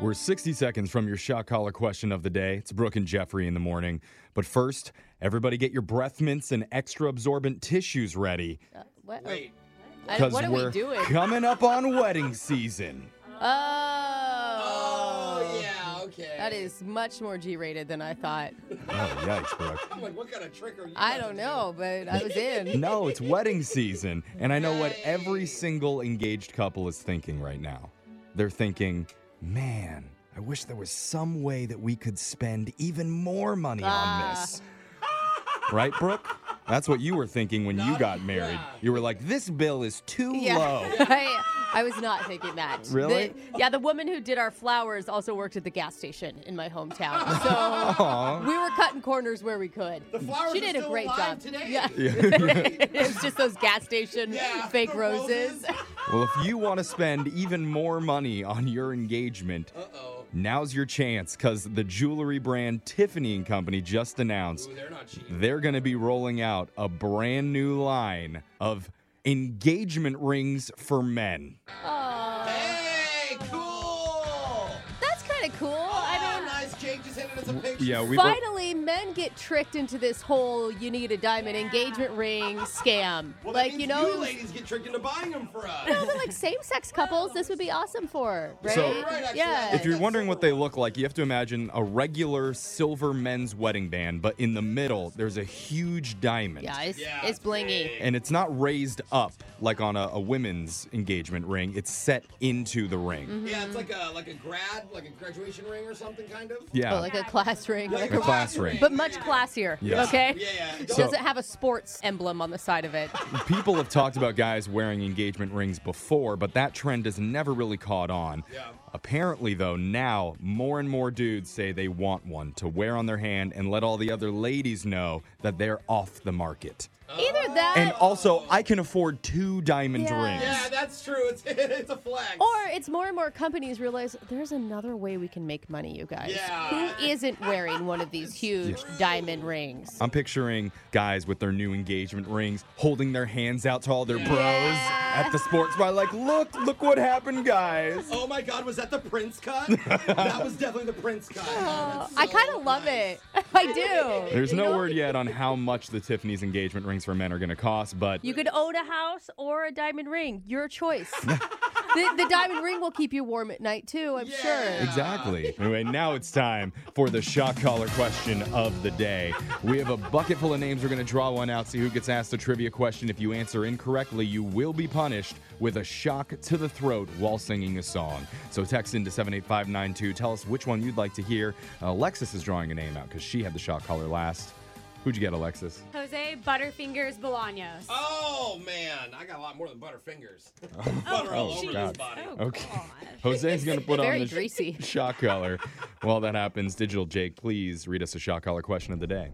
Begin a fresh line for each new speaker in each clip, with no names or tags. We're 60 seconds from your shot collar question of the day. It's Brooke and Jeffrey in the morning. But first, everybody get your breath mints and extra absorbent tissues ready
What?
Wait,
I-
because
what are
we're
we doing?
coming up on wedding season.
Oh.
Oh, yeah, okay.
That is much more G-rated than I thought.
Oh, yikes, Brooke.
I'm like, what kind of trick are you?
I
about
don't
to
know, but I was in.
No, it's wedding season. And I know what every single engaged couple is thinking right now. They're thinking, man, I wish there was some way that we could spend even more money on
Ah.
this. Right, Brooke? That's what you were thinking when you
Not-
got married.
yeah.
You were like, this bill is too
Yeah,
low.
I, I was not thinking that.
Really?
The- yeah, the woman who did our flowers also worked at the gas station in my hometown. So
Aw.
we were cutting corners where we could.
do. The flowers
she
are
did
still
a great
alive
job.
today.
Yeah. it's just those gas station
Yeah,
fake
the
roses.
Well, if you want to spend even more money on your engagement,
Uh-oh.
now's your chance because the jewelry brand Tiffany and Company just announced
Ooh, they're not cheap.
they're going to be rolling out a brand new line of engagement rings for men.
Oh,
Hey, cool!
that's kind of cool. I
Oh,
mean,
nice Jake just handed us a picture.
Yeah, we were,
Finally, men get tricked into this whole "you need a diamond engagement ring" scam.
Well, that
like
means
you know,
you ladies get tricked into buying them for us.
no, but like same-sex couples, this would be awesome for, right?
So-
You're right, actually.
yeah.
if you're wondering what they look like, you have to imagine a regular silver men's wedding band, but in the middle, there's a huge diamond.
yeah, it's,
Yeah,
it's blingy.
and it's not raised up like on a, a women's engagement ring. It's set into the ring.
Mm-hmm.
Yeah, it's like a like a grad, like a graduation ring or something, kind of.
Yeah.
But Oh, like a class ring,
Like
like
a
a,
class ring.
but much classier.
Yeah.
Okay,
Yeah, yeah.
It
Don't-
doesn't have a sports emblem on the side of it.
People have talked about guys wearing engagement rings before, but that trend has never really caught on.
Yeah.
Apparently, though, now more and more dudes say they want one to wear on their hand and let all the other ladies know that they're off the market.
Oh.
Either that,
And also, I can afford two diamond
Yeah.
rings.
Yeah, that's true. It's it's a flex.
Or it's more and more companies realize there's another way we can make money, you guys.
Yeah.
Who isn't wearing one of these huge diamond rings?
I'm picturing guys with their new engagement rings holding their hands out to all their bros
Yeah.
at the sports bar, like, look, look what happened, guys.
Oh my God, was that the Prince cut? that was definitely the Prince cut. Oh, that's
I
so
kind of love
nice.
it. I do.
There's
You
no
know?
word yet on how much the Tiffany's engagement rings for men are going to cost, but
You could own a house or a diamond ring. Your choice. the, the diamond ring will keep you warm at night, too, I'm
Yeah.
sure.
Exactly. Anyway, now it's time for the shock collar question of the day. We have a bucket full of names. We're going to draw one out, see who gets asked a trivia question. If you answer incorrectly, you will be punished with a shock to the throat while singing a song. So text into 78592. Tell us which one you'd like to hear. Alexis is drawing a name out because she had the shock collar last. Who'd you get, Alexis?
Jose Butterfingers Bolaños.
Oh man, I got a lot more than Butterfingers. Butter all
Oh,
over
God.
this body.
Oh,
Okay. Jose's going to put on
Very
the
greasy.
shock collar. While that happens, Digital Jake, please read us a shock collar question of the day.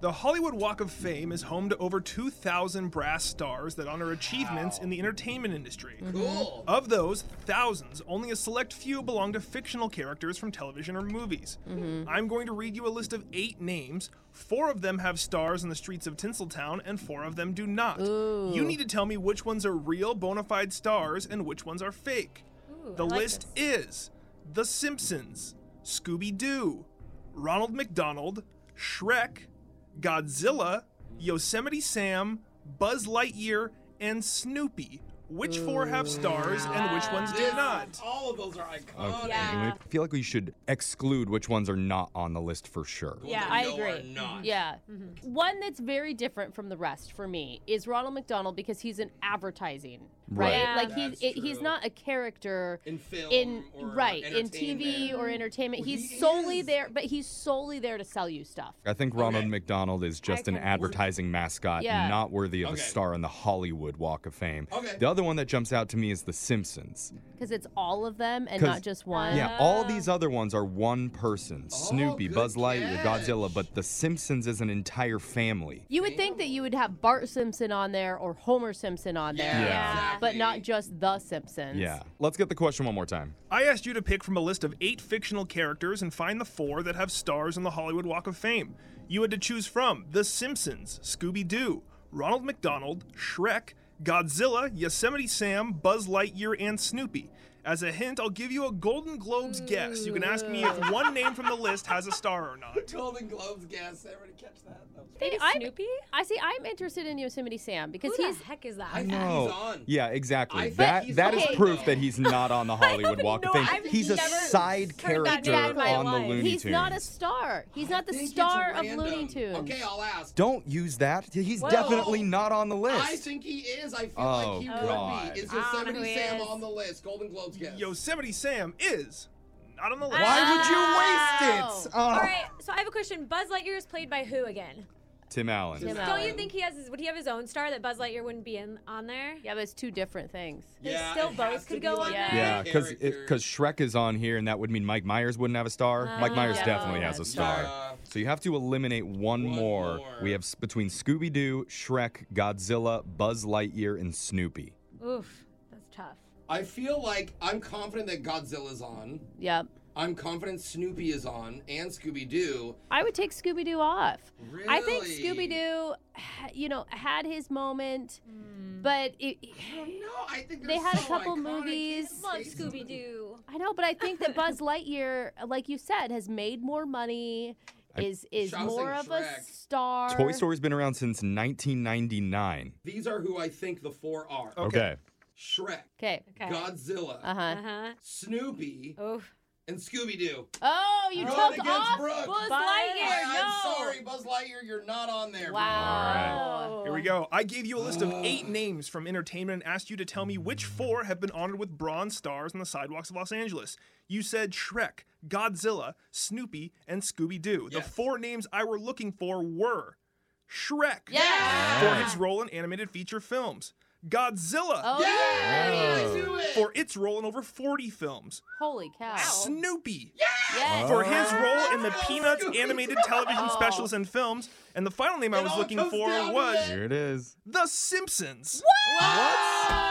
The Hollywood Walk of Fame is home to over 2,000 brass stars that honor achievements in the entertainment industry.
Cool.
Oh.
Of those, thousands, only a select few belong to fictional characters from television or movies. I'm going to read you a list of eight names. Four of them have stars in the streets of Tinseltown, and four of them do not. You need to tell me which ones are real, bona fide stars and which ones are fake. the
like
list is The Simpsons, Scooby Doo, Ronald McDonald, Shrek, Godzilla, Yosemite Sam, Buzz Lightyear, and Snoopy. Which four have stars and which ones do not?
All of those are iconic.
Yeah.
I feel like we should exclude which ones are not on the list for sure.
Yeah,
They
I
know are
agree.
not.
Yeah. One that's very different from the rest for me is Ronald McDonald because he's in advertising, right?
Right.
Yeah.
Like he's
That's
it, he's
true.
not a character
In film
in
or
right in TV
entertainment.
or entertainment.
Well,
he's
he
solely
is.
there, but he's solely there to sell you stuff.
I think Ronald McDonald is just an
Okay.
advertising mascot,
Yeah.
not worthy of a
Okay.
star in the Hollywood Walk of Fame.
Okay.
The other one that jumps out to me is The Simpsons.
Because it's all of them and
'Cause-
not just one.
Yeah, all these other ones are one person Snoopy,
Oh, good
Buzz Lightyear,
catch.
Godzilla, but The Simpsons is an entire family.
You would think that you would have Bart Simpson on there or Homer Simpson on there,
Yeah,
Yeah.
exactly.
but not just The Simpsons.
Yeah. Let's get the question one more time.
I asked you to pick from a list of eight fictional characters and find the four that have stars in the Hollywood Walk of Fame. You had to choose from The Simpsons, Scooby Doo, Ronald McDonald, Shrek, Godzilla, Yosemite Sam, Buzz Lightyear, and Snoopy. As a hint, I'll give you a Golden Globes guess. You can ask me if one name from the list has a star or not.
Golden Globes guess. Everybody catch that? that was-
Think
Hey,
it's
I'm-
Snoopy?
I see. I'm interested in Yosemite Sam because
Who the
he's.
heck is that?
I think
Oh,
he's on.
Yeah, exactly.
I think
that
he's
that
on,
is
though.
proof that he's not on the Hollywood Walk of
know.
Fame.
I've
He's a
never
side
heard that
character
name in my
on the
life.
Looney Tunes.
He's not a star. He's not the
think it's
star of
random.
Looney Tunes.
Okay, I'll ask.
Don't use that. He's
Whoa.
definitely not on the list.
I think he is. I feel
Oh,
like he would
God.
be. Is
I don't know Ah, who
Yosemite
he
Sam
is.
on the list? Golden Globes guess.
Yosemite Sam is not on the list.
Why would you
Wow.
waste it?
All
Oh.
right, so I have a question. Buzz Lightyear is played by who again?
Tim Allen.
Tim
Don't you
Allen.
think he has? His, would he have his own star that Buzz Lightyear wouldn't be in on there?
Yeah, but it's two different things.
They
Yeah,
still
it
both
has to
could
be
go
like
on
that
there.
Yeah, because
character.
because Shrek is on here, and that would mean Mike Myers wouldn't have a star. Mike Myers
Oh,
definitely has a star.
yeah.
So you have to eliminate one,
One
more.
more.
We have s- between Scooby Doo, Shrek, Godzilla, Buzz Lightyear, and Snoopy.
Oof, that's tough.
I feel like I'm confident that Godzilla's on.
Yep.
I'm confident Snoopy is on and Scooby Doo.
I would take Scooby Doo off. I think
Really?
Scooby Doo, you know, had his moment, but it,
I don't know. I think
They
they're
had a
so
couple
iconic.
movies.
Can't
Come on,
say something.
Scooby Doo.
I know, but I think that Buzz Lightyear, like you said, has made more money. Is is
I was
more of
thinking
a
Shrek.
star.
Toy Story's been around since 1999.
These are who I think the four are:
Okay.
Shrek,
Okay. Oh.
Okay.
Godzilla,
Uh huh.
Uh huh.
Snoopy,
Oof.
and Scooby Doo.
Oh, you
Run
took
against
off
Brooke.
Buzz
Bye.
Lightyear.
Bye.
no.
I'm sorry, Buzz Lightyear, you're not on there.
Wow.
Oh.
Here we go. I gave you a list of eight names from entertainment and asked you to tell me which four have been honored with bronze stars on the sidewalks of Los Angeles. You said Shrek, Godzilla, Snoopy, and Scooby Doo. The
Yes.
four names I were looking for were Shrek
Yeah.
for his role in animated feature films, Godzilla
Oh,
Yeah.
Oh.
I do it.
for its role in over 40 films,
Holy cow.
Snoopy
Yes.
for his role in the
Oh,
Peanuts
Scooby-Doo.
animated television specials and films, and the final name I
Oh. It
was
all
looking
comes down
for
to
was.
that.
Here it is.
The Simpsons. What?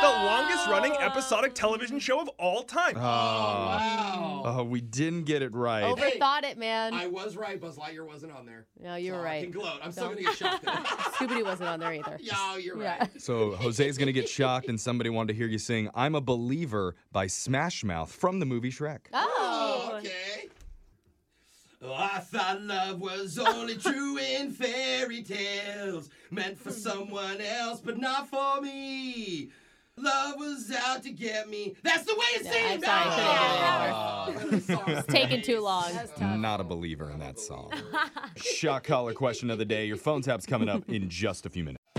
The longest running episodic television show of all time.
Oh,
wow.
oh, we didn't get it right.
Overthought it, man.
I was right. Buzz Lightyear wasn't on there.
no, you were
So I
right.
can gloat. I'm still
Don't-
gonna get shot.
Scooby Doo wasn't on there either.
yeah, you're
Yeah.
right.
So Jose's gonna get shocked, and somebody wanted to hear you sing "I'm a Believer" by Smash Mouth from the movie Shrek.
Oh.
Oh, okay. Oh, I thought love was only true in fairy tales, meant
Hmm.
for someone else, but not for me. Love was out to get me. That's the way it
Yeah,
seemed.
I'm sorry,
Ah! I'm sorry.
Taking too long.
Not a believer in that song. Shock collar question of the day. Your phone tap's coming up in just a few minutes.